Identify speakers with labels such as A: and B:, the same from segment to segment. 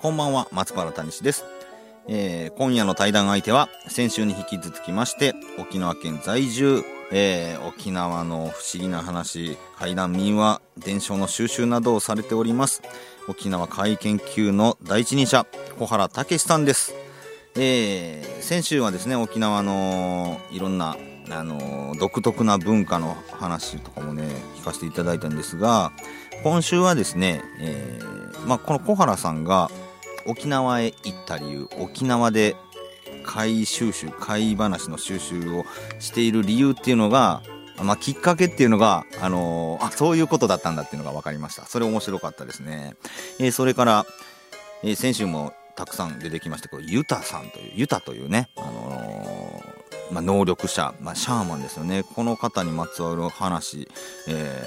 A: こんばんは、松原谷史です。えー、今夜の対談相手は、先週に引き続きまして、沖縄県在住、えー、沖縄の不思議な話、怪談民話、伝承の収集などをされております、沖縄怪研究の第一人者、小原武史さんです。えー、先週はですね、沖縄のいろんな、あの、独特な文化の話とかもね、聞かせていただいたんですが、今週はですね、えーまあ、この小原さんが、沖縄へ行った理由沖縄で怪収集怪話の収集をしている理由っていうのが、まあ、きっかけっていうのが、あのーあそういうことだったんだっていうのが分かりましたそれ面白かったですね、えーそれから、えー先週もたくさん出てきましたけどユタさんというユタというね、あのーまあ、能力者、まあ、シャーマンですよねこの方にまつわる話、え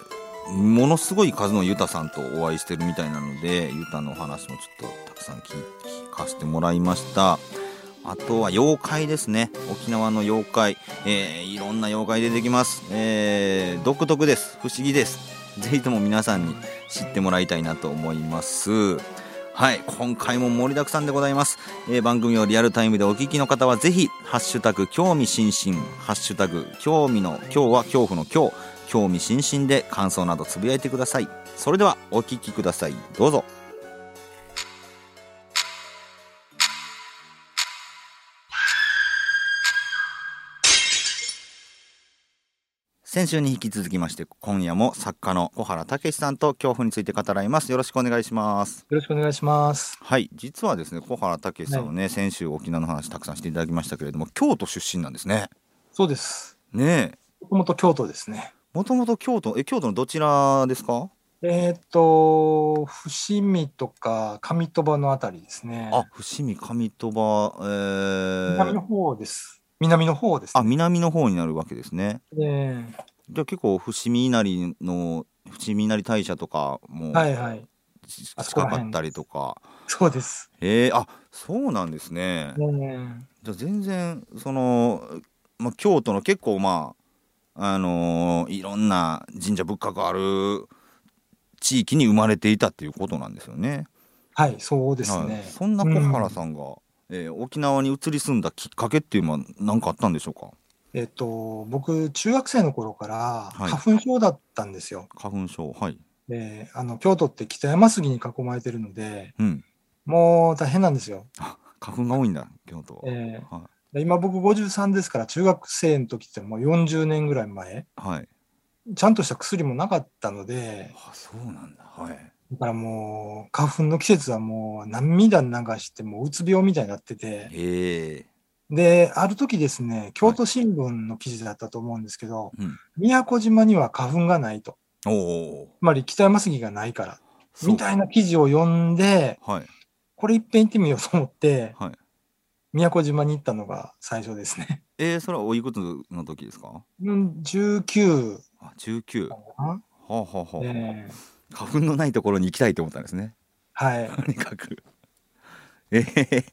A: ーものすごい数のユタさんとお会いしてるみたいなのでユタのお話もちょっとたくさん聞聞かせてもらいましたあとは妖怪ですね沖縄の妖怪、えーいろんな妖怪出てきます、えー独特です不思議ですぜひとも皆さんに知ってもらいたいなと思いますはい今回も盛りだくさんでございます、えー番組をリアルタイムでお聞きの方はぜひ「ハッシュタグ興味津々」「ハッシュタグ興味の今日は恐怖の今日」興味津々で感想などつぶやいてくださいそれではお聞きくださいどうぞ先週に引き続きまして今夜も作家の小原武史さんと恐怖について語らいますよろしくお願いします
B: よろしくお願いします。
A: はい実はですね小原武史さんはね、先週沖縄の話たくさんしていただきましたけれども京都出身なんですね
B: そうです。
A: ねえ
B: もともと京都ですね。
A: もともと京都え京都のどちらですか
B: えっ、と、伏見とか上鳥羽のあたりですね。
A: あ、伏見上鳥羽、え
B: 南の
A: ー、
B: 方です。南の方です
A: あ、南の方になるわけですね。
B: ね。
A: じゃあ結構伏見稲荷の伏見稲荷大社とかも
B: はいはい。
A: ち
B: あそこ
A: 近
B: ら
A: か
B: 辺
A: ったりとか。
B: そうです。
A: えー、あ、そうなんですね。
B: ね
A: じゃあ全然そのまあ京都の結構まああのーいろんな神社仏閣ある地域に生まれていたっていうことなんですよね。
B: はい、そうです
A: はい
B: ね。
A: そんな小原さんが、えー沖縄に移り住んだきっかけっていうのは何かあったんでしょうか。
B: えっ、と、僕、中学生の頃から
A: はい
B: 花粉症だったんですよ。
A: 花粉症はい。
B: で、あの、京都って北山杉に囲まれてるので、
A: うん。
B: もう大変なんですよ。
A: あ花粉が多いんだ京都は。
B: えー
A: は
B: で今僕53ですから、中学生の時ってもう40年ぐらい前。
A: はい。
B: ちゃんとした薬もなかったので、
A: あそうなんだ。はい。
B: だからもう、花粉の季節はもう涙流して、もううつ病みたいになってて、
A: へえ。
B: で、ある時ですね、京都新聞の記事だったと思うんですけど、
A: うん。
B: 宮古島には花粉がないと、
A: おお。
B: つまり北山杉がないから、
A: そう
B: みたいな記事を読んで、
A: はい
B: これ一遍行ってみようと思って、
A: はい。
B: 宮古島に行ったのが最初ですね。
A: えー、それはおいくつの時ですか？
B: うん19
A: あ、十九。
B: か
A: は
B: な、
A: あ、はあはあ
B: ええ
A: 花粉のないところに行きたいと思ったんですね。
B: はい。
A: とにかく。えー、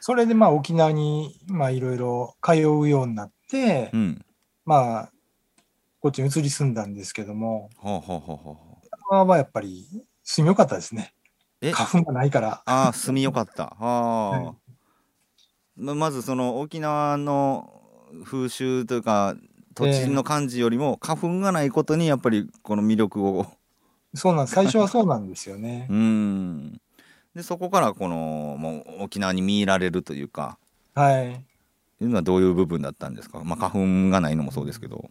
B: それでまあ沖縄にまあいろいろ通うようになって、
A: うん。
B: まあ、こっちに移り住んだんですけども、
A: はあはあはあはあ。
B: まあまあやっぱり住みよかったですね。
A: え
B: 花粉がないから。
A: ああ住みよか った。あ
B: は
A: あ。ままずその沖縄の風習というか土地の感じよりも花粉がないことにやっぱりこの魅力を
B: そうなん最初は そうなんですよね
A: う。んでそこからこのもう沖縄に見入られるというか
B: はい。
A: いうのはどういう部分だったんですか、まあ、花粉がないのもそうですけど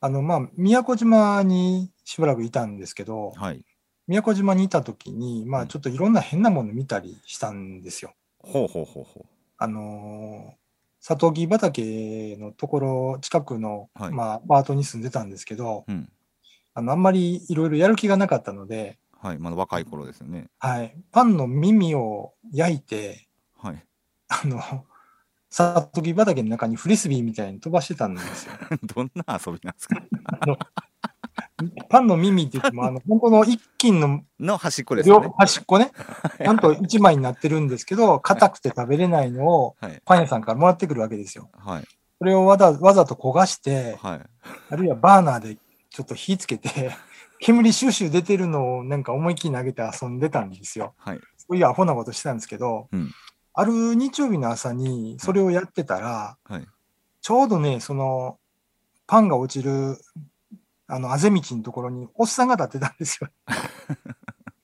B: あの、まあ、宮古島にしばらくいたんですけど、
A: はい
B: 宮古島にいた時に、
A: う
B: まあ
A: ん
B: ちょっといろんな変なもの見たりしたんですよ。
A: ほうほうほうほ
B: あのーサトウキビ畑のところ近くの、
A: はい
B: まあ、アパートに住んでたんですけど、
A: ううん
B: あの、あんまりいろいろやる気がなかったので、
A: はい、まだ若い頃ですよね。
B: はい。パンの耳を焼いて、
A: はい。
B: あの、サトビ畑の中にフリスビーみたいに飛ばしてたんですよ。
A: どんな遊びなんですか
B: パンの耳って言 っても、あの、本当の一斤の
A: の端っこですよ
B: 両
A: ね。
B: 端っ こね、ちゃんと一枚になってるんですけど、硬くて食べれないのを
A: はい。
B: パン屋さんからもらってくるわけですよ。
A: はい。
B: それをわざわざと焦がして、
A: はい。
B: あるいはバーナーでちょっと火つけて、煙シューシュー出てるのをなんか思いっきり投げて遊んでたんですよ。
A: はい。
B: そういうアホなことしてたんですけど、
A: うん
B: ある日曜日の朝にそれをやってたら、
A: はい。
B: ちょうどね、その、パンが落ちる、あの、あぜ道のところに、おっさんが立ってたん ですよ。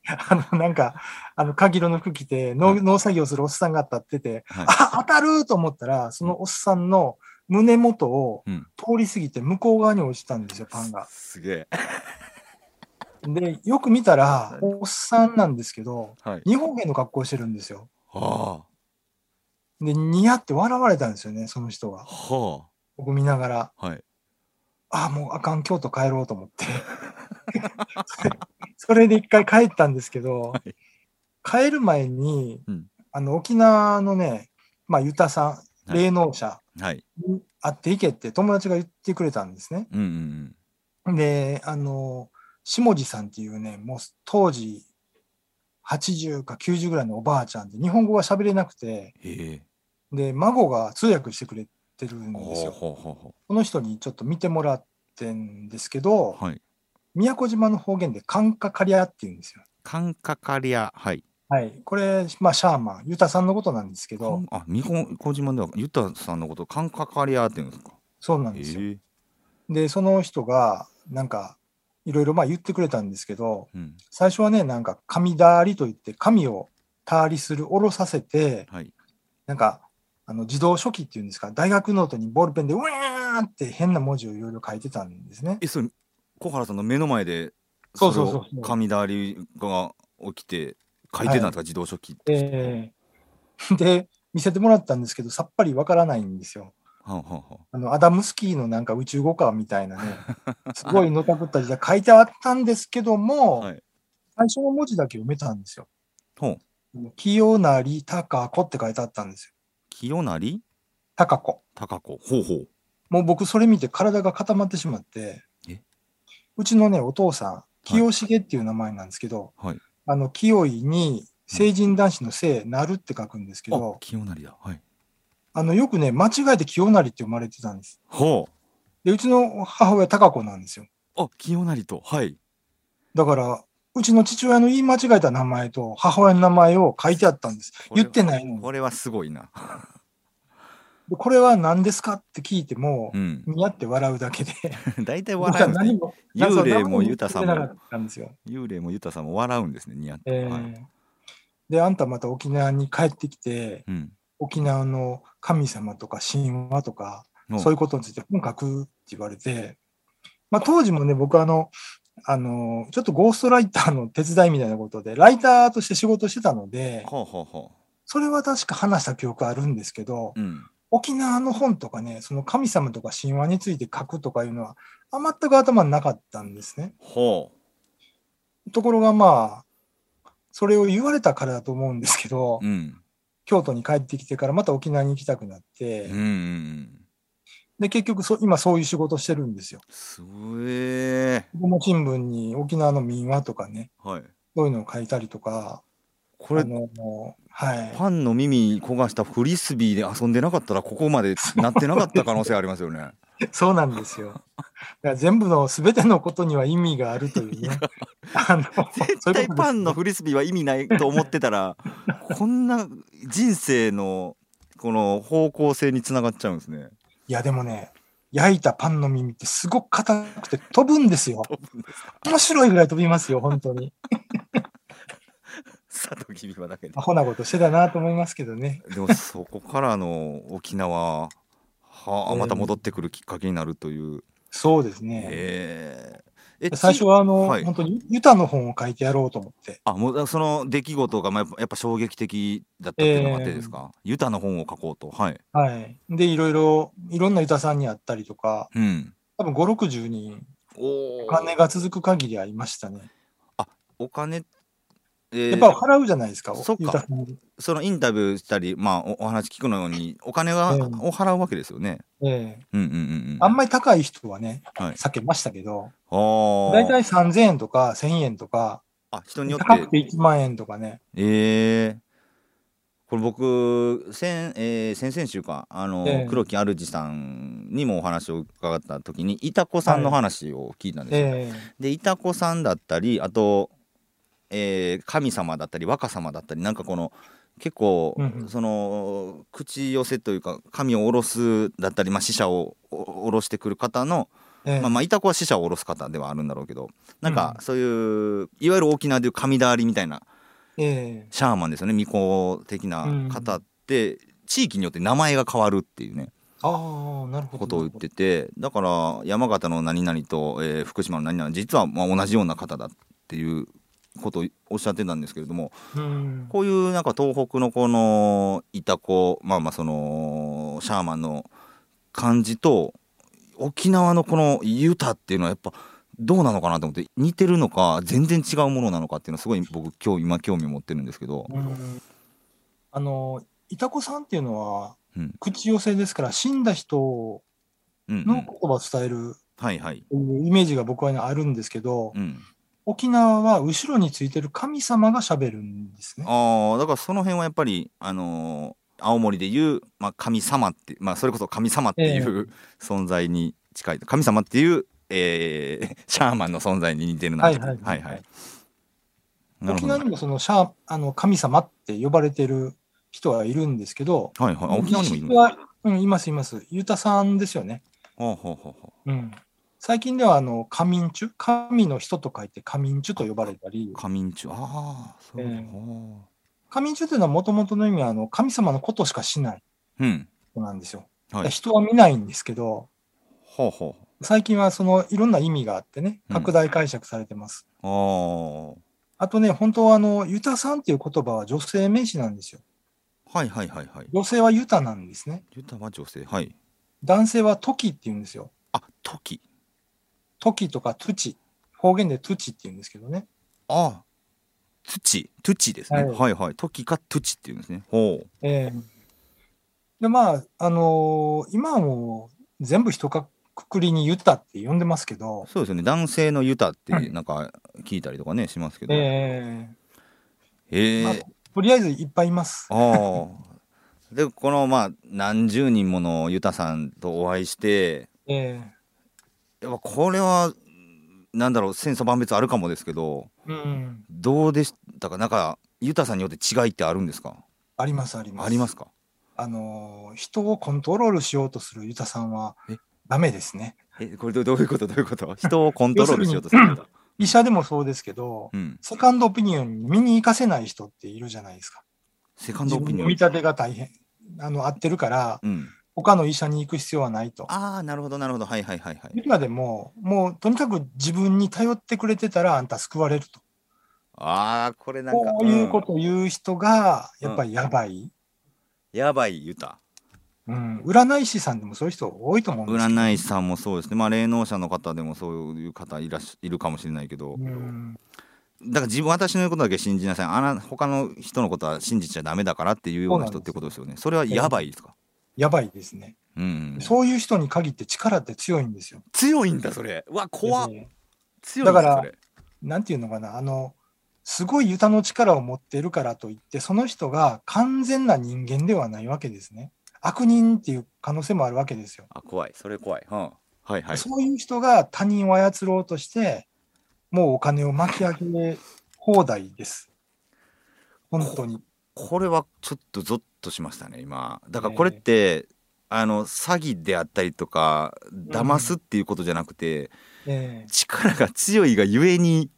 B: あの、なんか、あの、かぎの服着て農、
A: はい
B: 農作業するおっさんが立ってて、
A: はい
B: あ、当たると思ったら、そのおっさんの胸元を
A: うん
B: 通り過ぎて向こう側に落ちたんですよ、パンが。
A: すすげえ。
B: で、よく見たら
A: い、
B: おっさんなんですけど、
A: はい。
B: 日本兵の格好してるんですよ。
A: は
B: で、ニヤって笑われたんですよね、その人
A: あ。
B: が。
A: は
B: 僕見ながら。
A: あ。はい。
B: ああ、もうあかん、京都帰ろうと思って。 それで一回帰ったんですけど、
A: はい
B: 帰る前に、
A: うん
B: あの沖縄のね、まあ、ユタさん、
A: はい
B: 霊能者
A: はい。
B: に会っていけって友達が言ってくれたんですね。
A: うんうん
B: で、あの、下地さんっていうね、もう当時、80か90ぐらいのおばあちゃんで、日本語が喋れなくて、
A: うん。へえ。
B: で、孫が通訳してくれてるんで
A: ほ
B: す
A: う
B: よ。
A: ほうほうほ
B: この人にちょっと見てもらってんですけど、
A: う。はい。
B: 宮古島の方言でカンカカリアって言うんですよ。
A: カンカカリア。はい。
B: はい。これ、まあ、シャーマン、ユタさんのことなんですけ
A: カ
B: ど
A: ン、あ、日本、小島では、ユタさんのこと、カンカカリアって言うんですか。
B: そうなんですよ。
A: ええ。
B: で、その人が、なんか、いろいろまあ言ってくれたんですけど、
A: うん。
B: 最初はね、なんか、神だりといって、神をたりする、下ろさせて、
A: はい。
B: なんか、あの自動書記っていうんですか、大学ノートにボールペンで、うわーって変な文字をいろいろ書いてたんですね。
A: え、それ、小原さんの目の前で。
B: そうそうそう
A: れを神だりが起きて、書いてたんですか、自動書記。
B: えーで、見せてもらったんですけど、さっぱりわからないんですよ。
A: はあ、はあ、はあ。
B: あのアダムスキーのなんか宇宙語化みたいなね、すごいのたくった字で書いてあったんですけども、
A: はい
B: 最初の文字だけ読めたんですよ。
A: ほう。
B: 清成高子って書いてあったんですよ。
A: 清成。
B: 高子。
A: 高子。ほうほう。
B: もう僕それ見て体が固まってしまって
A: え、
B: うちのね、お父さん、清重っていう名前なんですけど、
A: はい。
B: あの、清いに成人男子の性、なるって書くんですけ
A: あ
B: ど、、
A: 清成だ。はい。
B: あの、よくね、間違えて清成って読まれてたんです。
A: ほ
B: で、うちの母親高子なんですよ。
A: う。あ、清成と。はい。
B: だから、うちの父親の言い間違えた名前と母親の名前を書いてあったんです。
A: これ
B: 言
A: は
B: ってないのに。
A: これはすごいな。
B: でこれは何ですかって聞いても
A: う、ん。
B: 似合って笑うだけで。
A: 大体
B: 僕
A: 笑
B: は
A: うんですね。
B: も、
A: 幽霊
B: 何も
A: もユタさん
B: 言ってなか
A: も、
B: ったんですよ。
A: 幽霊もユタさんも笑うんですね、ニヤッと。
B: えー
A: はい
B: で、あんたまた沖縄に帰ってきて、
A: うん。
B: 沖縄の神様とか神話とか、
A: の
B: そういうことについて本書くって言われて、まあ、当時もね、僕はあの、あの、ちょっとゴーストライターの手伝いみたいなことで、ライターとして仕事してたので、
A: ほうほうほ
B: それは確か話した記憶あるんですけど、
A: う。うん。
B: 沖縄の本とかね、その神様とか神話について書くとかいうのは、あ全く頭になかったんですね。
A: ほ
B: ところがまあ、それを言われたからだと思うんですけど、
A: う。うん。
B: 京都に帰ってきてからまた沖縄に行きたくなって、
A: うんうんうん。
B: で、結局そ今そういう仕事してるんですよ。
A: すげえ。
B: 子供新聞に沖縄の民話とかね、
A: はい。
B: そういうのを書いたりとか、
A: これ
B: あ、の、はい。
A: パンの耳焦がしたフリスビーで遊んでなかったら、ここまでなってなかった可能性ありますよね。
B: そうなんですよ。だから全部の全てのことには意味があるというね。あの
A: 絶対パンの
B: そういうことです
A: フリスビーは意味ないと思ってたら こんな人生のこの方向性につながっちゃうんですね。
B: いやでもね、焼いたパンの耳ってすごく硬くて飛ぶんですよ。面白いぐらい飛びますよ、本当に。
A: 佐藤君はだけで
B: ア。ホなことしてたなと思いますけどね。
A: でもそこからの沖縄は あまた戻ってくるきっかけになるという。
B: そうですね。
A: えええ
B: 最初はあの、
A: はい
B: 本当にユタの本を書いてやろうと思って。
A: あもうその出来事がまあやっぱやっぱ衝撃的だったっていうのがあってですか、ユタの本を書こうとはい
B: はい。で、いろいろ、いろんなユタさんに会ったりとか、
A: うん
B: 多分5、60人、
A: お
B: お金が続く限りありましたね。
A: お金っえ
B: やっ
A: ー
B: ぱ払うじゃないですか、
A: そっか
B: 言たらに
A: そのインタビューしたり、まあ、おお話聞くのように、お金が、
B: うん
A: を払うわけですよね。
B: ええ
A: うんうんうんうん。
B: あんまり高い人はね、
A: はい
B: 避けましたけど、
A: あ
B: 大
A: あ。
B: 体3000円とか1000円とか、
A: あ、人によ
B: 高
A: っ
B: く
A: て。
B: て1万円とかね、
A: ええこれ僕、先、えー先々週か、あの、
B: ええ
A: 黒木主さんにもお話を伺った時に、いたこさんの
B: は
A: 話を聞いたんですよ。
B: え
A: でいた子さんだったりあと、えー神様だったり若様だったりなんかこの結構、
B: うんうん
A: その口寄せというか神を下ろすだったり、まあ、死者をお下ろしてくる方の、
B: えええ
A: まあ、まあいた子は死者を下ろす方ではあるんだろうけどなん
B: うん
A: か
B: うん
A: そういう、いわゆる沖縄でいう神だわりみたいな
B: ええ
A: シャーマンですよね巫女的な方って、地域によって名前が変わるっていうね。
B: ああ、なるほど。
A: ことを言っててだから山形の何々と、えー福島の何々実はまあ同じような方だっていうことをおっしゃってたんですけれども
B: うん、
A: こういうなんか東北のこのいたこまあまあそのシャーマンの感じと沖縄のこのユタっていうのはやっぱどうなのかなと思って似てるのか全然違うものなのかっていうのはすごい僕今日今興味を持ってるんですけど、
B: うんあの、いたこさんっていうのは、
A: うん
B: 口寄せですから、死んだ人
A: うんうん
B: の言葉を伝える
A: はいはい、
B: というイメージが僕はねあるんですけど、
A: うん、
B: 沖縄は後ろについてる神様が喋るんですね。
A: ああだからその辺はやっぱりあのー青森でいう、まあ、神様ってまあそれこそ神様っていう、存在に近い神様っていう、えー シャーマンの存在に似てるな
B: はいは
A: は
B: いはいい
A: はいなる
B: 沖
A: ほど
B: 縄にもそのシャーあの神様って呼ばれてる人はいるんですけど、
A: はいはいあ沖縄にもいる
B: 実
A: の
B: 質は、うん、いますいます。ユタさんですよね。
A: ほうほうほうほ
B: うん、最近ではあの仮眠中、神の人と書いて仮眠中と呼ばれたり
A: う、仮眠中ああそういう
B: ええ
A: ことほ
B: 仮眠中というのはもともとの意味はあの神様のことしかしないう
A: うん
B: 人なんですよ。
A: はい
B: だから人は見ないんですけど、
A: ほうほう
B: 最近はそのいろんな意味があってね、
A: うん
B: 拡大解釈されてます。
A: あ
B: あとね、本当はあの、ユタさんっていう言葉は女性名詞なんですよ。
A: あはいはいはいはい
B: 女性はユタなんですね。
A: ユタは女性はい
B: 男性はトキって言うんですよ。
A: あ時
B: トキとかトゥチ。方言でトゥチって言うんですけどね。
A: ああ土土ですね、
B: はい
A: はいはい時か土っていうんですねほう
B: ええで、まあ、あのー今はもう全部一かくりにユタって呼んでますけど、
A: そうですよね男性のユタって
B: うん
A: なんか聞いたりとかねしますけどえ
B: ええ
A: え
B: まあとりあえずいっぱいいます。
A: ああでこのまあ何十人ものユタさんとお会いして
B: ええ
A: やっぱこれはなんだろう千差万別あるかもですけど
B: うん。
A: どうでしたかなんかユタさんによって違いってあるんですか
B: あります、あります。
A: ありますか
B: あのー人をコントロールしようとするユタさんは
A: え
B: ダメですね。
A: えこれどどういうことどういうこと人をコントロールしようとするんだ
B: 医者でもそうですけど、
A: うん
B: セカンドオピニオンに見に行かせない人っているじゃないですか。
A: セカンド
B: 自
A: オピ
B: 分
A: ニ
B: の
A: オン
B: 見立てが大変。あの合ってるから、
A: うん
B: 他の医者に行く必要はないと。
A: ああなるほどなるほどはいはいはいはい
B: 今でも、もうとにかく自分に頼ってくれてたらあんた救われると。
A: ああこれなんか
B: こういうこ
A: ん
B: とを言う人が、やっぱりやばい。
A: やばいユタ
B: うん、占い師さんでもそういう人多いと思うんですけど
A: 占い師さんもそうですね、まあ、霊能者の方でもそういう方いらっしいるかもしれないけど、
B: うん
A: だから自分私の言うことだけ信じなさいあな他の人のことは信じちゃダメだからっていうような
B: そ
A: 人
B: うなん
A: っ
B: です
A: てことですよねそれはやばいですか、
B: やばいですね、
A: うんうん、
B: そういう人に限って力って強いんですよ。
A: 強いんだそれうわ怖っ
B: ええ
A: 強いんだ
B: だから
A: それ
B: なんていうのかな、あの、すごいユタの力を持ってるからといって、その人が完全な人間ではないわけですね。悪人っていう可能性もあるわけですよ。
A: あ怖いそれ怖い、うん、はいはい
B: そういう人が他人を操ろうとして、もうお金を巻き上げ放題です。本当に。
A: これはちょっとゾッとしましたね今だからこれって、あの詐欺であったりとか騙すっていうことじゃなくて、
B: ええ
A: 力が強いがゆえに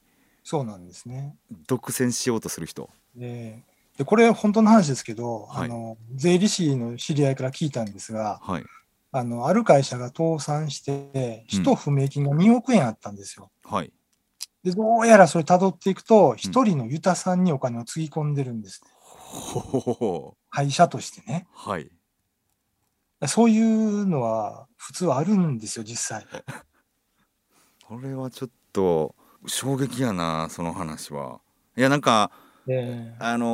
B: そうなんですね。
A: 独占しようとする人
B: ででこれ本当の話ですけど、
A: はい
B: あの税理士の知り合いから聞いたんですが
A: はい
B: あのある会社が倒産して使途不明金が2億円あったんですよ。
A: はい
B: でどうやらそれ辿っていくと一人のユタさんにお金をつぎ込んでるんです、
A: ほほほほ
B: 会社としてね
A: はい
B: そういうのは普通はあるんですよ実際
A: これはちょっと衝撃やなその話はいやなんか
B: ええ
A: あの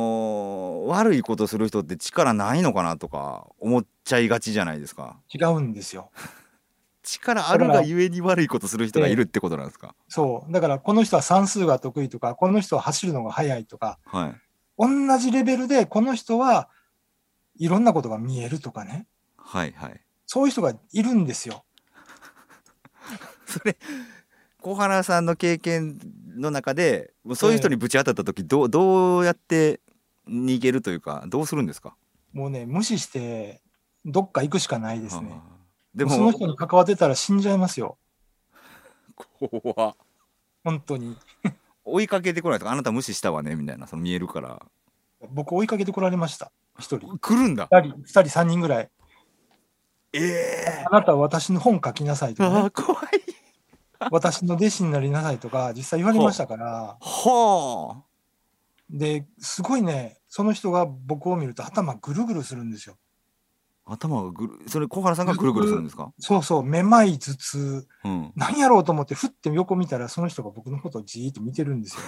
A: ー悪いことする人って力ないのかなとか思っちゃいがちじゃないですか
B: え違うんですよ。
A: 力あるがゆえに悪いことする人がいるってことなんですか、
B: そう。だから、この人は算数が得意とか、この人は走るのが速いとか、
A: はい
B: 同じレベルで、この人はいろんなことが見えるとかね。
A: はいはい
B: そういう人がいるんですよ。
A: それ小原さんの経験の中でもうそういう人にぶち当たった時どうどうやって逃げるというかどうするんですか
B: もうね、無視して、どっか行くしかないですね
A: あ。ーで
B: その
A: も
B: 人に関わってたら死んじゃいますよ。
A: 怖っ
B: 本当に。
A: 追いかけてこないとかあなた無視したわねみたいなその見えるから
B: 僕追いかけてこられました。一人。
A: 来るんだ
B: 二人、二人、三人ぐらい。
A: ええ
B: あなたは私の本書きなさいとか、
A: あ
B: ね、
A: ー怖い
B: 私の弟子になりなさいとか、実際言われましたから。
A: は
B: で、すごいね、その人が僕を見ると頭ぐるぐるするんですよ。
A: あ頭がぐるそれ小原さんがぐるぐるするんですか
B: そうそう、めまい、頭痛。
A: うん
B: 何やろうと思って、ふって横見たら、その人が僕のことをじーっと見てるんですよ。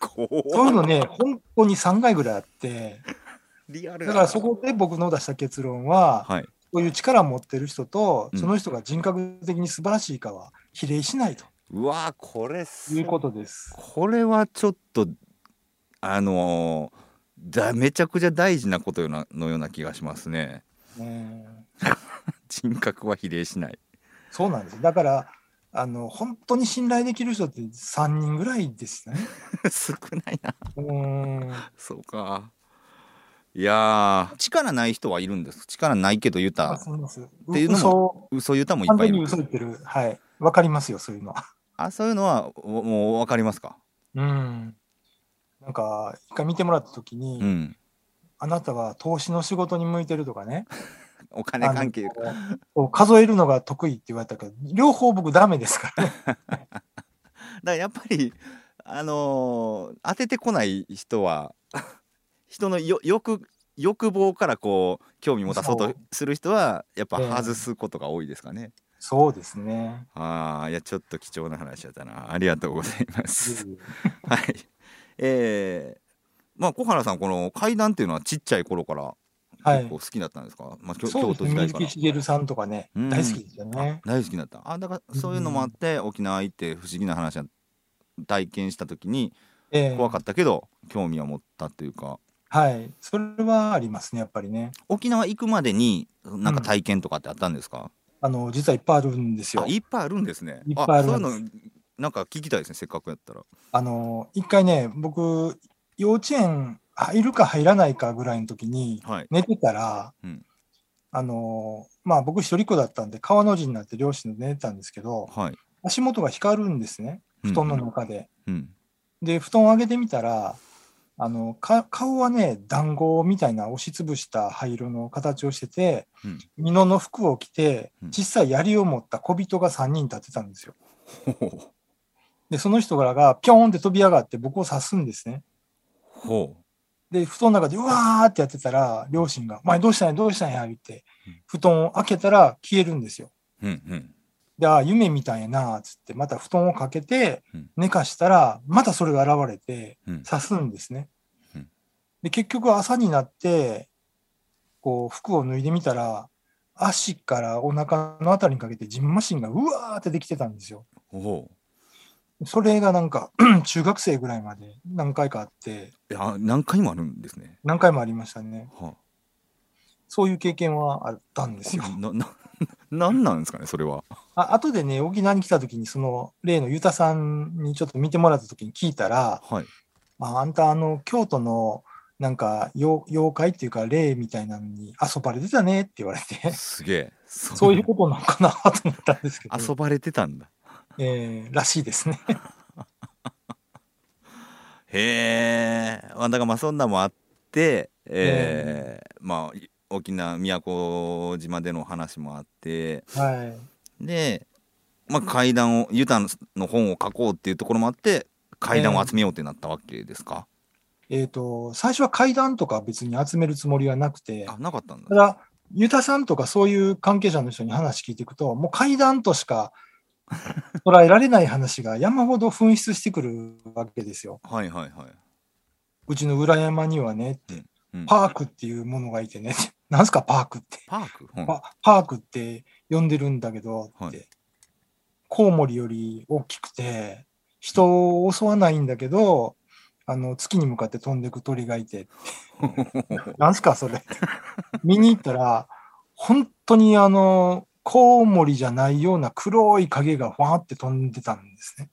B: そう
A: 怖
B: い
A: いう
B: のね、本当に3回ぐらいあって、
A: リアルや
B: だからそこで僕の出した結論は、
A: はい
B: こういう力を持ってる人と、
A: うん
B: その人が人格的に素晴らしいかは比例しないと
A: うわーこれす
B: いうことです。
A: これはちょっとあのーだめちゃくちゃ大事なことよなのような気がしますね
B: ねえ
A: 人格は比例しない
B: そうなんです。だから、あの、本当に信頼できる人って3人ぐらいですね。
A: 少ないな
B: うーん。
A: そうかいやー力ない人はいるんです力ないけど言った
B: そうなんです。
A: ていうのも
B: 嘘
A: 嘘言ったもいっ
B: 完
A: ぱいい
B: 全
A: る
B: に嘘言ってる。はい。わかりますよ、そういうのは。
A: あそういうのはおもう分かりますか
B: うん。なんか、一回見てもらったときに、
A: うん
B: あなたは投資の仕事に向いてるとかね。
A: お金関係
B: あの数えるのが得意って言われたけど、両方僕ダメですか らね。
A: だからやっぱりあのー当ててこない人は 人のよ欲欲望からこう興味持たそう
B: そ
A: と
B: う
A: する人はやっぱ
B: ええ
A: 外すことが多いですかね。
B: そうですね。
A: ああいやちょっと貴重な話だったなありがとうございま
B: いえ
A: す。
B: いえ
A: はいえー、まあ小原さんこの階段っていうのはちっちゃい頃から
B: は
A: 結
B: い
A: 構好。きだったんですか、まあ、きょ
B: そう
A: 京
B: です
A: 都
B: ね。
A: 時代
B: 水
A: から
B: 木。しげるさんとかね、
A: うん
B: 大好きですよね。
A: あ大好きだったあだからそういうのもあって、沖縄行って不思議な話を体験した時に
B: ええ
A: 怖かったけど興味を持ったっていうか
B: はい。それはありますね、やっぱりね。
A: 沖縄行くまでになんか体験とかってあったんですか、
B: あの、実はいっぱいあるんですよ
A: あ。いっぱいあるんですね
B: いっぱいあるん
A: そ
B: です
A: ういうのなんか聞きたいですねせっかくやったら
B: あの、一回ね、僕、幼稚園入るか入らないかぐらいの時に、
A: はい
B: 寝てたら、
A: うん
B: あの、まあ僕一人っ子だったんで、川の字になって両親と寝てたんですけど、
A: はい
B: 足元が光るんですね、布団の中で。
A: うん
B: で、布団を上げてみたら、あのか顔はね、団子みたいな押しつぶした灰色の形をしてて、
A: うん
B: 布の服を着て
A: うん、
B: 小さい槍を持った小人が3人立ってたんですよ。
A: ほう
B: で、その人らがピョーンって飛び上がって僕を刺すんですね。
A: ほ
B: で、布団の中でうわーってやってたら、両親が、お前どうしたんや、どうしたんや、言って
A: うん、
B: 布団を開けたら消えるんですよ。
A: ううんうん
B: で、ああ、夢みたいやな、つって、また布団をかけて
A: うん、
B: 寝かしたら、またそれが現れて
A: うん、
B: 刺すんですね
A: うん。
B: で、結局朝になって、こう、服を脱いでみたら、足からお腹のあたりにかけて、ジンマシンがうわーってできてたんですよ。
A: ほう
B: それがなんか、 中学生ぐらいまで何回かあって、
A: いや何回もあるんですね
B: 何回もありましたね。
A: は
B: そういう経験はあったんですよ。
A: あ、な ななんなんですかねそれは
B: あ後でね、沖縄に来た時に、その、例のユタさんにちょっと見てもらった時に聞いたら、
A: はい
B: ああんた、あの、京都の、なんか妖、妖怪っていうか、霊みたいなのに遊ばれてたねって言われて、
A: すげえそ
B: そういうことなのかなと思ったんですけど、
A: 遊ばれてたんだ
B: えーらしいです ね。
A: へえ、まあ、だからまあそんなんもあって、えーまあい沖縄宮古島での話もあって
B: は
A: で、まあ、階段をユタの本を書こうっていうところもあって階段を集めようってなったわけですか、
B: い。えっ、と、最初は階段とか別に集めるつもりはなくて、
A: あなかったん
B: た
A: だ
B: だ、ユタさんとかそういう関係者の人に話聞いていくと、もう階段と しか捉えられない話が山ほど噴出してくるわけですよ。
A: はいはいはいう
B: うちの裏山にはね、
A: うん
B: パークっていうものがいてね、 なんすかパークって。
A: パーク、うん
B: パパークって呼んでるんだけどって、
A: はい
B: コウモリより大きくて、人を襲わないんだけど、あの月に向かって飛んでく鳥が いて、なんすかそれ。見に行ったら、本当にあの、コウモリじゃないような黒い影がふわーって飛んでたんですね。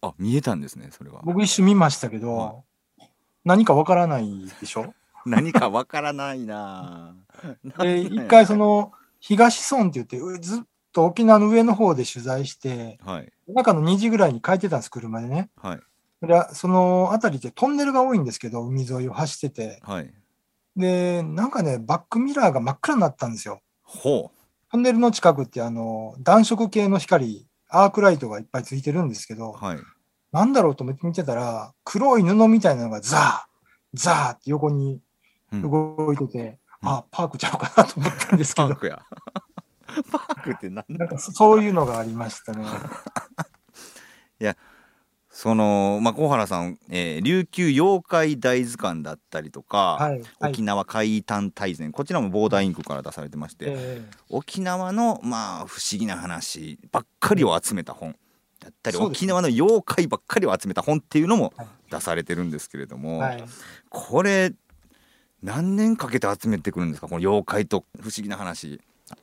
A: あ見えたんですねそれは
B: 僕一瞬見ましたけど、
A: は
B: 何かわからないでし ょ
A: 何かわからない なぁ
B: で、
A: なんなんや
B: 一回その、東村って言って、うずっと沖縄の上の方で取材して、
A: はい
B: 中の2時ぐらいに帰ってたんです、車でね。
A: はい
B: で、その辺りでトンネルが多いんですけど、海沿いを走ってて。
A: はい
B: で、なんかね、バックミラーが真っ暗になったんですよ。
A: ほ
B: トンネルの近くって、あの、暖色系の光、アークライトがいっぱいついてるんですけ
A: う
B: ど、
A: はい
B: なんだろうと思って見てたら、黒い布みたいなのがザー、ザーって横に
A: うん
B: 動いてて、
A: うん
B: あ、パークちゃうかなと思ったんですけ
A: パー
B: ど、
A: クや パークってなんだ
B: なんかそそういうのがありま したね。
A: その、まあ、小原さん、えー琉球妖怪大図鑑だったりとか、
B: はい。はい
A: 沖縄海胆大全こちらもボーダーインクから出されてまして、
B: えー
A: 沖縄のまあ不思議な話ばっかりを集めた本だったり、
B: そうです
A: 沖
B: ね
A: 縄の妖怪ばっかりを集めた本っていうのも
B: はい
A: 出されてるんですけれども、
B: はい、
A: これ何年かけて集めてくるんですかこの妖怪と不思議な話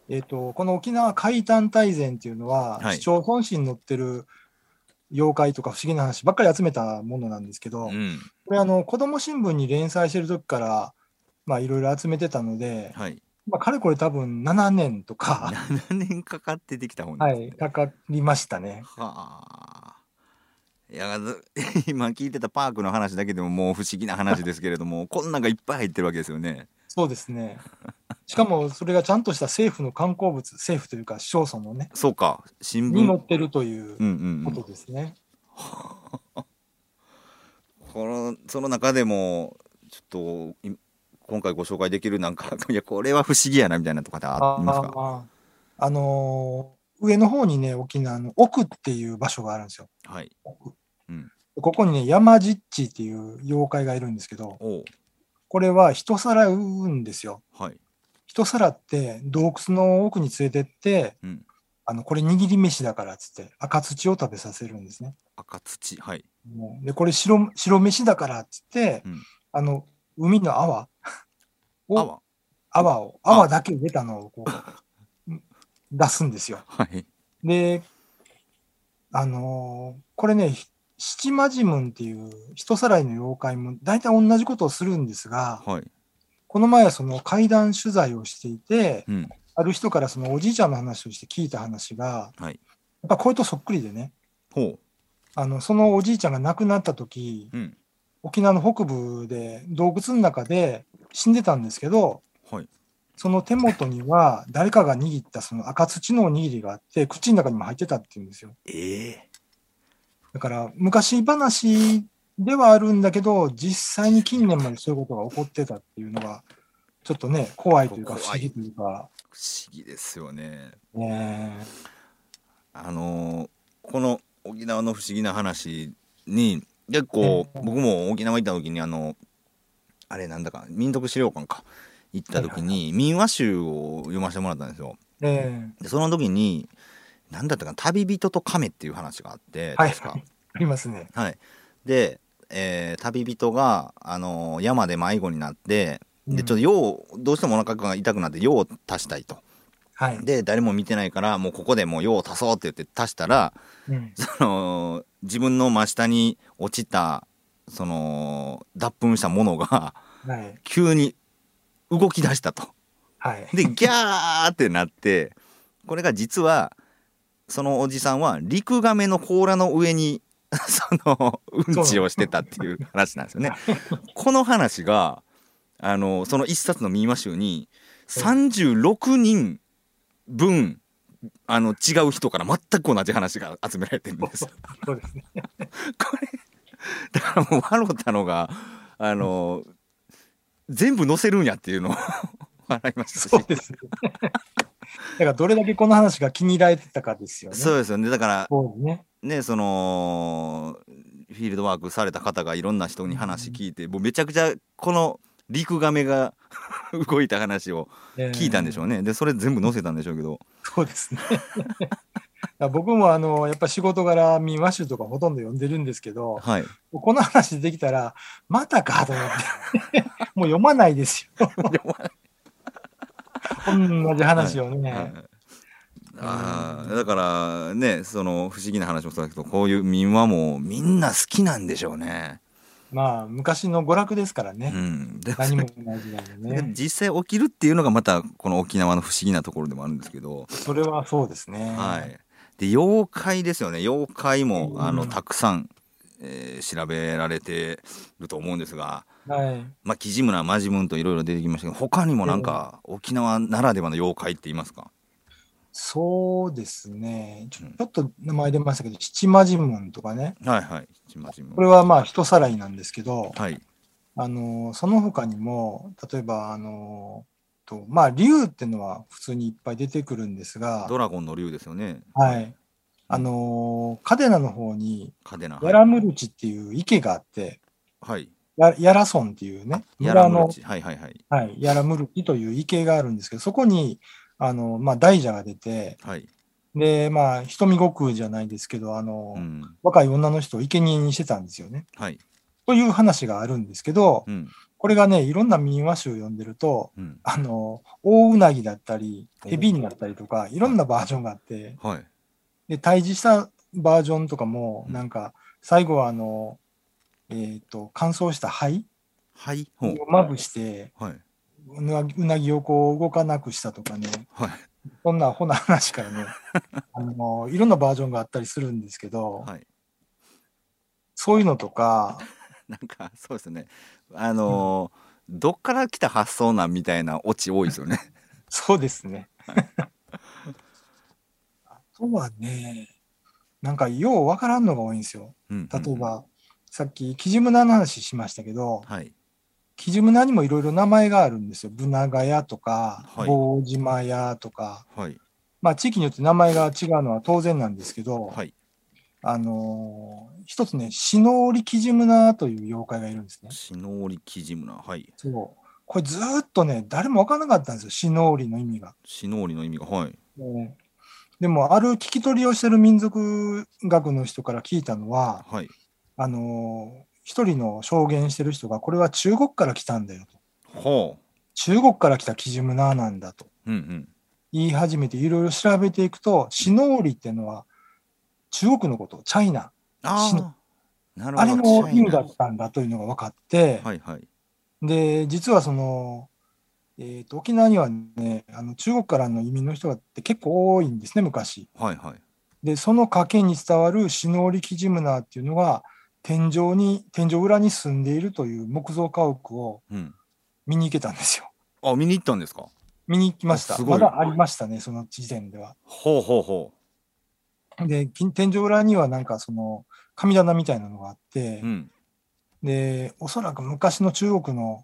B: えっ、と、この沖縄海胆大全っていうのは、
A: はい
B: 市町村市に載ってる妖怪とか不思議な話ばっかり集めたものなんですけど、
A: うん
B: これあの、子供新聞に連載してる時から、まあいろいろ集めてたので、
A: はい
B: まあかれこれ多分7年 とか、
A: 7年かかってできた本
B: は
A: ですね
B: い、かかりましたね。
A: はあ。いや ず今聞いてたパークの話だけでももう不思議な話ですけれども こんなんがいっぱい入ってるわけですよね。
B: そうですね。しかもそれがちゃんとした政府の観光物、政府というか市町村のね、
A: そうか新
B: に
A: 聞
B: 載ってるとい
A: うん
B: う
A: うんう
B: こと
A: ん、
B: ですね。
A: このその中でもちょっとい今回ご紹介できるなんか いやこれは不思議やなみたいなとかってありますか
B: ああのー上の方にね、沖縄の奥っていう場所があるんですよ。
A: はい
B: ここにね、山じっちっていう妖怪がいるんですけど、
A: おう
B: これは人さらうんですよ。
A: はい
B: 人さらって洞窟の奥に連れてって、
A: うん
B: あの、これ握り飯だからっつって赤土を食べさせるんですね。
A: 赤土はい
B: もうで、これ白、白飯だからっつって、
A: うん
B: あの、海の泡を、
A: 泡
B: 泡を、
A: あ
B: 泡だけ出たのをこ う、ん出すんですよ。
A: はい
B: で、あのーこれね、ひ七マジムンっていう人さらいの妖怪も大体同じことをするんですが、
A: はい
B: この前はその怪談取材をしていて、
A: うん
B: ある人からそのおじいちゃんの話をして聞いた話が、
A: はい
B: やっぱこれとそっくりでね、
A: ほ
B: あの、そのおじいちゃんが亡くなった時、
A: ううん
B: 沖縄の北部で洞窟の中で死んでたんですけど、
A: はい
B: その手元には誰かが握ったその赤土のおにぎりがあって、口の中にも入ってたっていうんですよ。
A: ええ
B: だから昔話ではあるんだけど、実際に近年までそういうことが起こってたっていうのが、ちょっとね、怖いというか
A: 怖い
B: 不思議というか、
A: 不思議ですよね
B: ね
A: あのーこの沖縄の不思議な話に結構
B: うん
A: 僕も沖縄行った時にあのあれなんだか民族資料館か行った時に民話集を読ませてもらったんですよ。
B: えね
A: でその時に何だったかな旅人と亀っていう話があって
B: はい
A: 確か。
B: ありますね。
A: はい、で、えー旅人が、あのー山で迷子になってでちょっと
B: っと、
A: 用をどうしてもお腹が痛くなって用を足したいと。
B: はい。
A: で誰も見てないからもうここでもう用を足そうって言って足したら
B: うん
A: その自分の真下に落ちたその脱粉したものが
B: はい。
A: 急に動き出したと。
B: はい。
A: でギャーってなってこれが実はそのおじさんは陸亀の甲羅の上に そのうんちをしてたっていう話なんですよね。この話があのその一冊の民話集に36人分あの違う人から全く同じ話が集められてるんですよ。
B: そうですね。
A: これだからもう笑ったのがあの、全部載せるんやっていうのを 笑いましたし
B: そうですね。だから、どれだけこの話が気に入られてたかですよね。
A: そうですよねだから
B: そうね。
A: ねそのフィールドワークされた方がいろんな人に話聞いて、もうめちゃくちゃこのリクガメが 動いた話を聞いたんでしょ
B: う、
A: うね、でそれ全部載せたんでしょうけど
B: そうですね いや僕もあのやっぱ仕事柄ミーマッシュとかほとんど読んでるんですけど
A: はい
B: この話できたらまたかと思ってもう読まないですよ同じ話をね、
A: はいあーだからねその不思議な話もそうだけどこういう民話もみんな好きなんでしょうね。
B: まあ昔の娯楽ですから
A: う
B: ね、
A: ん、で
B: 何もない時代で
A: で
B: ね
A: 実際起きるっていうのがまたこの沖縄の不思議なところでもあるんですけど、
B: それはそうですね、
A: はい、で妖怪ですよね妖怪も
B: うん
A: あのたくさん、えー調べられてると思うんですが、
B: はい
A: まあ、キジムラマジムンといろいろ出てきましたけど他にもなんか沖縄ならではの妖怪って言いますか
B: そうですねち
A: う
B: ょ
A: ん
B: ちょっと名前出ましたけど七魔神門とかね
A: はいはいキジムラマジムン
B: これはまあ人さらいなんですけど、
A: はい
B: あのその他にも例えばあのとまあ竜っていうのは普通にいっぱい出てくるんですが
A: ドラゴンの竜ですよね
B: はいあのカデナの方に
A: カデナ
B: ヤラムルチっていう池があって、
A: はい
B: やヤラ村っていうね
A: ヤ
B: 村
A: ラム
B: の
A: ルチはいはいはい
B: はい、ヤラムルキという池があるんですけど、そこに、あの、まあ、大蛇が出て、
A: はい、
B: で、まあ、瞳悟空じゃないですけど、あの、
A: うん、
B: 若い女の人を生贄にしてたんですよね。
A: はい
B: という話があるんですけど
A: う、ん
B: これがね、いろんな民話集を読んでると、
A: うん
B: あの、大うなぎだったり、
A: お
B: ヘビになったりとか、いろんなバージョンがあって、
A: はい
B: で、退治したバージョンとかも、
A: うん
B: なんか、最後はあの、えっ、と、乾燥した灰
A: はいほう
B: をまぶして、
A: はい、
B: うなぎうなぎをこう動かなくしたとかね、
A: はい
B: そんなほな話から ねあの、いろんなバージョンがあったりするんですけど、
A: はい
B: そういうのとか、
A: なんか そうですねあのーどっから来た発想なんみたいなオチ多いですよ ね。
B: そうですね。 あとはね、なんかようわからんのが多いんですよ。
A: うん
B: 例え、ば、さっき、キジムナの話しましたけど、
A: はい
B: キジムナにもいろいろ名前があるんですよ。ブナガヤとか、
A: はい
B: 棒島屋とか、
A: はい
B: まあ地域によって名前が違うのは当然なんですけど、
A: はい
B: あのー一つね、シノオリキジムナという妖怪がいるんですね。
A: シノオリキジムナはい
B: そう。これずーっとね、誰も分からなかったんですよ、シノオリの意味が。
A: シノオリの意味がはい
B: ねでも、ある聞き取りをしてる民族学の人から聞いたのは、
A: はい
B: あのー一人の証言してる人が、これは中国から来たんだよと。
A: ほ
B: 中国から来たキジムナーなんだと
A: ううんうん
B: 言い始めて、いろいろ調べていくと、シノオリっていうのは、中国のこと、チャイナ、シノ
A: ああなるほど
B: あれの意味だ
A: チ
B: ったんだというのが分かっ
A: ャイ、
B: て
A: ナはいはい
B: で、実はその、えーと、沖縄にはね、あの中国からの移民の人がって結構多いんですね、昔。
A: はいはい
B: で、その家系に伝わるシノオリキジムナーっていうのが、天井に、天井裏に住んでいるという木造家屋を
A: うん
B: 見に行けたんですよ。
A: あ見に行ったんですか
B: 見に行きました。
A: すご
B: ま
A: い
B: だありましたね、その時点では。
A: ほうほうほ
B: で、き天井裏にはなんかその神棚みたいなのがあって
A: うう、ん
B: で、おそらく昔の中国の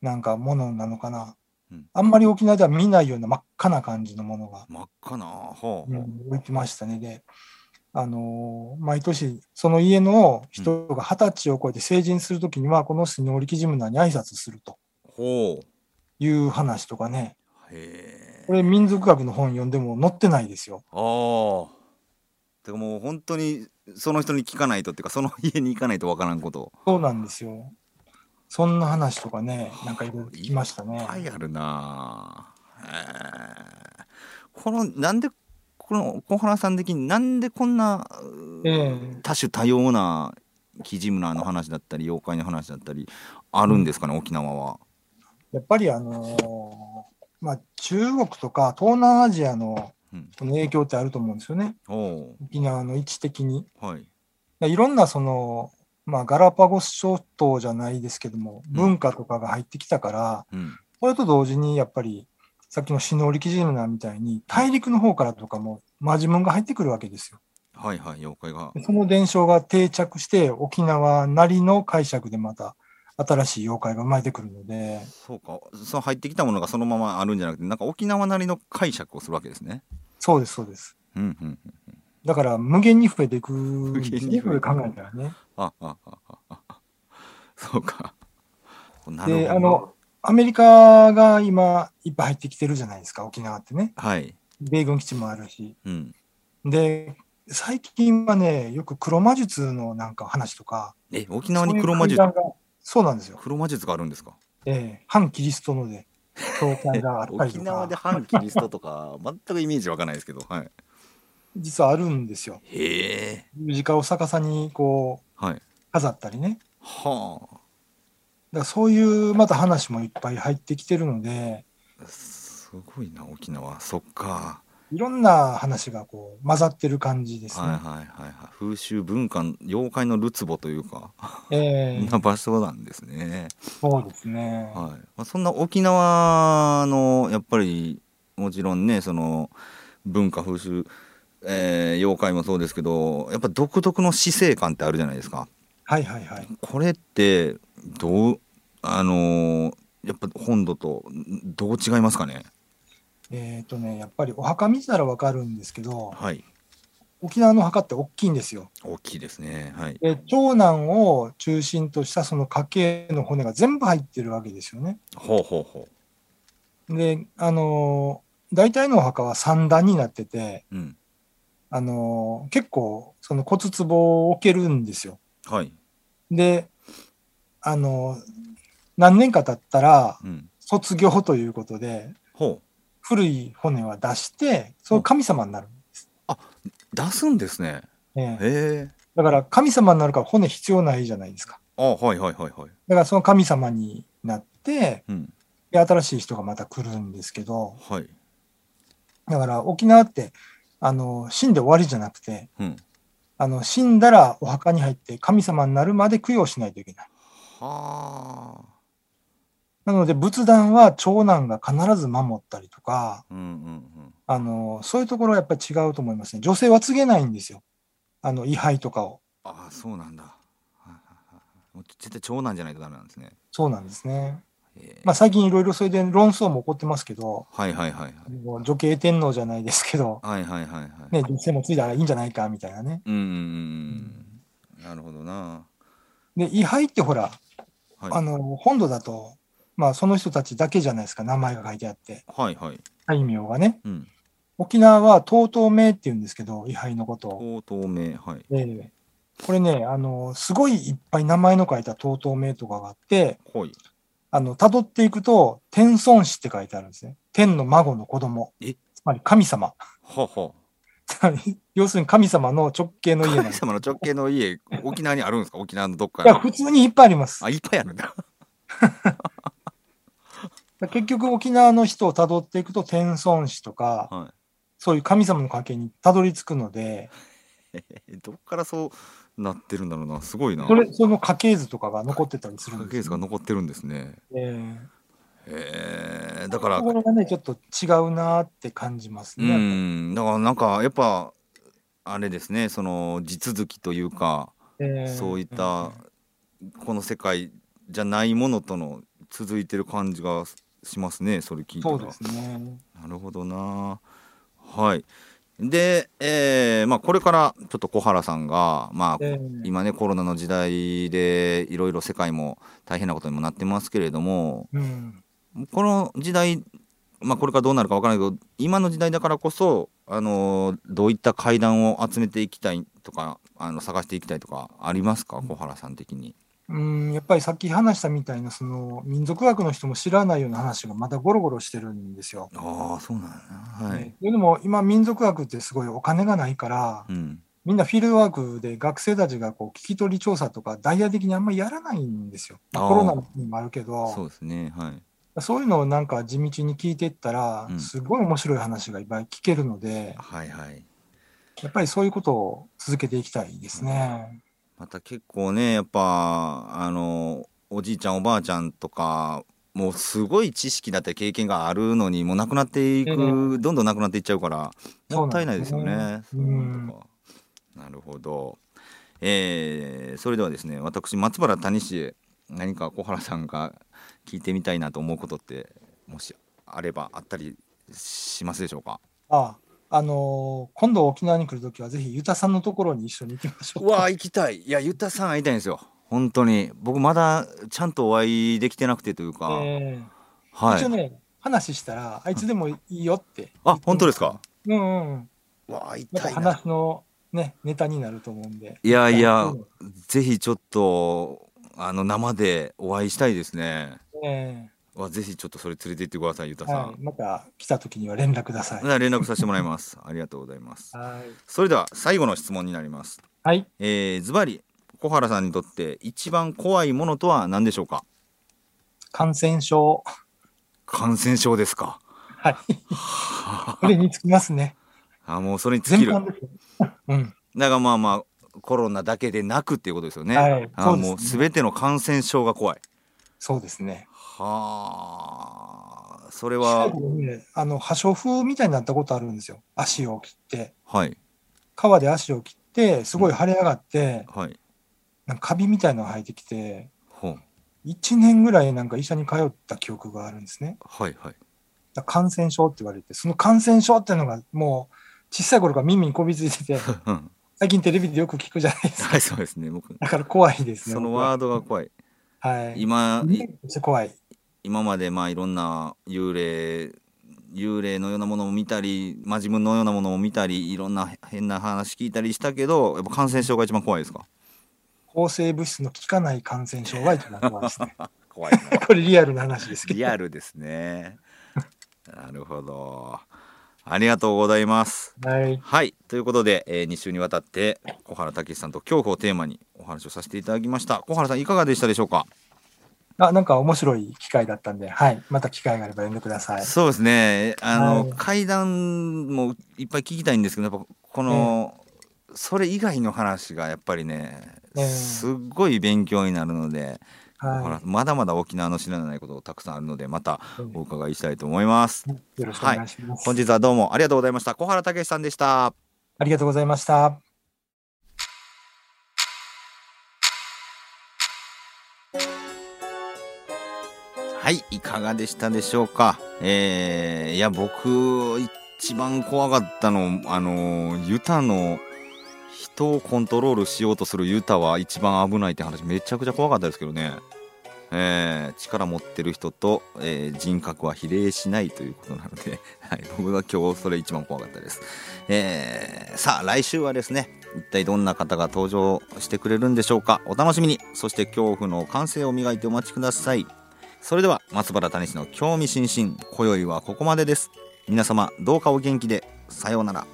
B: なんかものなのかな
A: うん。
B: あんまり沖縄では見ないような真っ赤な感じのものが
A: 真っ赤なほう
B: う、
A: ほうん
B: 置いてましたね。で、あのー毎年、その家の人が二十歳を超えて成人するときには、この人に折木ジムナーに挨拶すると
A: ほう
B: いう話とかね、
A: へえ
B: これ、民族学の本読んでも載ってないですよ。
A: ああてかもう本当にその人に聞かないとっていうかその家に行かないとわからんこと
B: そうなんですよ。そんな話とかね、なんかいろいろ聞きました
A: いっ
B: ね
A: ぱ。いあるなあへーこのなんでこの小原さん的になんでこんなう
B: ええ
A: 多種多様なキジムナーの話だったり妖怪の話だったりあるんですかね沖縄は。
B: やっぱり、あのーまあ、中国とか東南アジアの
A: うん、
B: この影響ってあると思うんですよね。
A: お
B: 沖縄の位置的に。
A: おはい
B: でいろんなその、まあ、ガラパゴス諸島じゃないですけども、
A: ん
B: 文化とかが入ってきたから、
A: うん
B: それと同時にやっぱり、さっきのシノオリキジムナーみたいに、大陸の方からとかも、マジムンが入ってくるわけですよ。
A: はいはい妖怪が
B: でその伝承が定着して、沖縄なりの解釈でまた新しい妖怪が生まれてくるので、
A: そうかその入ってきたものがそのままあるんじゃなくてなんか沖縄なりの解釈をするわけですね。
B: そうです、そうです。
A: うんうん、
B: だから無限に増えていくんですね、
A: 無限に増えていく
B: これ考えたらね。
A: あああああそうか。なるほど。
B: で、あの、アメリカが今、いっぱい入ってきてるじゃないですか、沖縄ってね。
A: はい。
B: 米軍基地もあるし。
A: うん。
B: で、最近はね、よく黒魔術のなんか話とか。
A: え、沖縄に黒魔術
B: そういう、会談がそうなんですよ。
A: 黒魔術があるんですか
B: ええ反キリストので、教会があった り
A: 沖
B: と
A: 縄で
B: か、
A: 反キリストとか、 全くイメージわかんないですけど、はい。
B: 実はあるんですよ。
A: へえ。
B: 十字架を逆さにこう、
A: はい。
B: 飾ったりね。
A: は
B: だからそういうまた話もいっぱい入ってきてるので、
A: あ。すごいな、沖縄。そっか。
B: いろんな話がこう混ざってる感じですね。
A: はいはいはいはい。風習文化、妖怪のるつぼというか、
B: ええ
A: な場所なんですね。
B: そうですね。
A: はいまあ、そんな沖縄のやっぱりもちろんねその文化風習、えー妖怪もそうですけどやっぱ独特の死生観ってあるじゃないですか
B: はいはいはい。
A: これってどうあのーやっぱ本土とんどう違いますかね
B: えっ、とね、やっぱりお墓見たらわかるんですけど、
A: はい
B: 沖縄の墓って大きいんですよ。
A: 大きいですねはい
B: で、長男を中心としたその家系の骨が全部入ってるわけですよね。
A: ほうほうほ
B: で、あのー大体のお墓は三段になってて、
A: ううん
B: あのー結構その骨壺を置けるんですよ。
A: はい
B: で、あのー何年か経ったら
A: うん
B: 卒業ということで、
A: ほう
B: 古い骨は出して、その神様になるんです。
A: 出すんですね
B: ええ
A: へえ
B: だから神様になるから骨必要ないじゃないですか。
A: あはいはいはいはい
B: だからその神様になって、
A: うん
B: で新しい人がまた来るんですけど、
A: はい
B: だから沖縄って、あの、死んで終わりじゃなくて、
A: うん
B: あの、死んだらお墓に入って神様になるまで供養しないといけない。
A: はあ
B: なので仏壇は長男が必ず守ったりとか、
A: うんうんうん
B: あの、そういうところはやっぱり違うと思いますね。女性は告げないんですよ。あの、位牌とかを。
A: ああそうなんだ。はいはいはいもう絶対長男じゃないとダメなんですね。
B: そうなんですね。
A: えー
B: まあ最近いろいろそれで論争も起こってますけど、
A: はいはいはいはい。
B: もう女系天皇じゃないですけど、
A: はいはいはいはい。
B: ね、女性もついたらいいんじゃないかみたいなね。
A: うんうんうんうん。なるほどな。
B: で、位牌ってほら、
A: はい。
B: あの、本土だと、まあその人たちだけじゃないですか、名前が書いてあって、
A: はいはい。
B: 大名がね。
A: うん。
B: 沖縄は東東名って言うんですけど、位牌のことを。
A: 高透明はい。
B: でこれね、あの、すごいいっぱい名前の書いた東東名とかがあって、
A: はい。
B: あの、辿っていくと、天孫子って書いてあるんですね。天の孫の子供。
A: え
B: つまり神様。
A: はは。
B: つまり 要するに神様の直系の家なんで
A: 神
B: す。
A: 様の直系の家、沖縄にあるんですか沖縄のどっか
B: いや、
A: に。
B: 普通にいっぱいあります
A: あ、。いっぱいあるんだ。
B: 結局沖縄の人をたどっていくと天孫子とか、
A: は
B: そういう神様の関係にたどり着くので、
A: い。えどっからそうなってるんだろうな。すごいな。
B: それその家系図とかが残ってたりするん
A: ケ
B: で
A: ー
B: す
A: ス
B: よ
A: が残ってるんですね。
B: え
A: えー、
B: え
A: だから
B: そ。こがね、ちょっと違うなーって感じます
A: う
B: ね。
A: ん、だからなんかやっぱあれですねその地続きというか、
B: ええ
A: そういったこの世界じゃないものとの続いてる感じがしますねそれ聞いた
B: そ
A: ら。
B: うですね。
A: なるほどなはいで、えーまあ、これからちょっと小原さんが、まあ、
B: ええ
A: 今ねコロナの時代でいろいろ世界も大変なことにもなってますけれども
B: うん、
A: この時代、まあ、これからどうなるかわからないけど今の時代だからこそ、あのーどういった階段を集めていきたいとかあの探していきたいとかありますか小原さん的に。
B: うん、やっぱりさっき話したみたいな、その民族学の人も知らないような話がまたゴロゴロしてるんですよ。
A: ああそうなんだ、はい
B: ねでも今、民族学ってすごいお金がないから、
A: うん、
B: みんなフィールドワークで学生たちがこう聞き取り調査とか、ダイヤ的にあんまりやらないんですよ。まあ
A: あー
B: コロナにもあるけ
A: そう
B: ど、
A: ですねはい。
B: そういうのをなんか地道に聞いていったら
A: う、ん
B: すごい面白い話がいっぱい聞けるので、
A: はいはい
B: やっぱりそういうことを続けていきたいですね。
A: また結構ねやっぱあのおじいちゃんおばあちゃんとかもうすごい知識だったり経験があるのにもうなくなっていく、
B: ええ
A: どんどんなくなっていっちゃうから
B: そ
A: も
B: う
A: っ
B: な
A: た
B: ん
A: いないですよね。
B: ですね
A: そういうのとかなるほど、えーそれではですね私松原谷氏へ何か小原さんが聞いてみたいなと思うことってもしあればあったりしますでしょうか
B: ああのー今度沖縄に来るときはぜひユタさんのところに一緒に行きましょう。
A: うわー行きたいいやゆたさん会いたいんですよ本当に僕まだちゃんとお会いできてなくてというか、
B: えー
A: はい
B: 一応ね、話したら、あいつでもいいよって。
A: あ本当ですか
B: うんうん。
A: うわー会い
B: ま
A: た
B: た
A: いな
B: 話のね、ネタになると思うんで。
A: いやいや
B: うん
A: ぜひちょっとあの生でお会いしたいですね
B: え
A: わぜひちょっとそれ連れて行ってくださいゆ
B: え
A: たさん、
B: はい。また来た時には連絡ください。
A: な連絡させてもらいます ありがとうございます
B: はい。
A: それでは最後の質問になります
B: はい。
A: えーズバリ小原さんにとって一番怖いものとは何でしょうか
B: 感染症。
A: 感染症ですか
B: はい。 これにつきますね。
A: あもうそれに尽き
B: 全
A: るだ
B: 般
A: か
B: ですよ。 うん。
A: らまあまあコロナだけでなくっていうことですよね、
B: はい
A: あ
B: そうですね
A: もう全ての感染症が怖い
B: そうですね。
A: はあそれ
B: 最
A: は
B: 後にね、あの、破傷風みたいになったことあるんですよ。足を切って。
A: はい
B: 川で足を切って、すごい腫れ上がって、
A: はい
B: なんかカビみたいのが生えてきて、
A: ほう
B: 1年ぐらいなんか医者に通った記憶があるんですね。
A: はいはい
B: だから感染症って言われて、その感染症っていうのがもう小さい頃から耳にこびりついて て、
A: うん
B: 最近テレビでよく聞くじゃないですか。
A: はいそうですね僕
B: だから怖いですね。
A: その
B: 僕は
A: ワードが怖い
B: はい。
A: 今
B: めっちゃ怖い。
A: 今までまあいろんな幽霊幽霊のようなものも見たりまあ自分のようなものも見たりいろんな変な話聞いたりしたけどやっぱ感染症が一番怖いですか
B: 抗生物質の効かない感染症が一番怖いですね。
A: 怖いな
B: これリアルな話ですけど。
A: リアルですねなるほどありがとうございます
B: はい。
A: はいということで、え2週にわたって小原武史さんと恐怖をテーマにお話をさせていただきました小原さんいかがでしたでしょうか
B: あ、なんか面白い機会だったんで、はい。また機会があれば呼んでください。
A: そうですね。あの、
B: はい
A: 階段もいっぱい聞きたいんですけど、やっぱこの、それ以外の話がやっぱりね、
B: ええ
A: すっごい勉強になるので、ほら
B: は
A: まだまだ沖縄の知らないことたくさんあるので、また
B: うん
A: お伺いしたいと思います。
B: い。よろしくお願いします。
A: 本日はどうもありがとうございました。小原武史さんでした。
B: ありがとうございました。
A: はい、いかがでしたでしょうか。えー、いや、僕、一番怖かったの、あの、ユタの、人をコントロールしようとするユタは一番危ないって話、めちゃくちゃ怖かったですけどね。えー、力持ってる人と、えー人格は比例しないということなので、 はい、僕が今日それ一番怖かったです。えー、さあ、来週はですね、一体どんな方が登場してくれるんでしょうか。お楽しみに。そして恐怖の感性を磨いてお待ちください。それでは松原谷氏の興味津々今宵はここまでです皆様どうかお元気でさようなら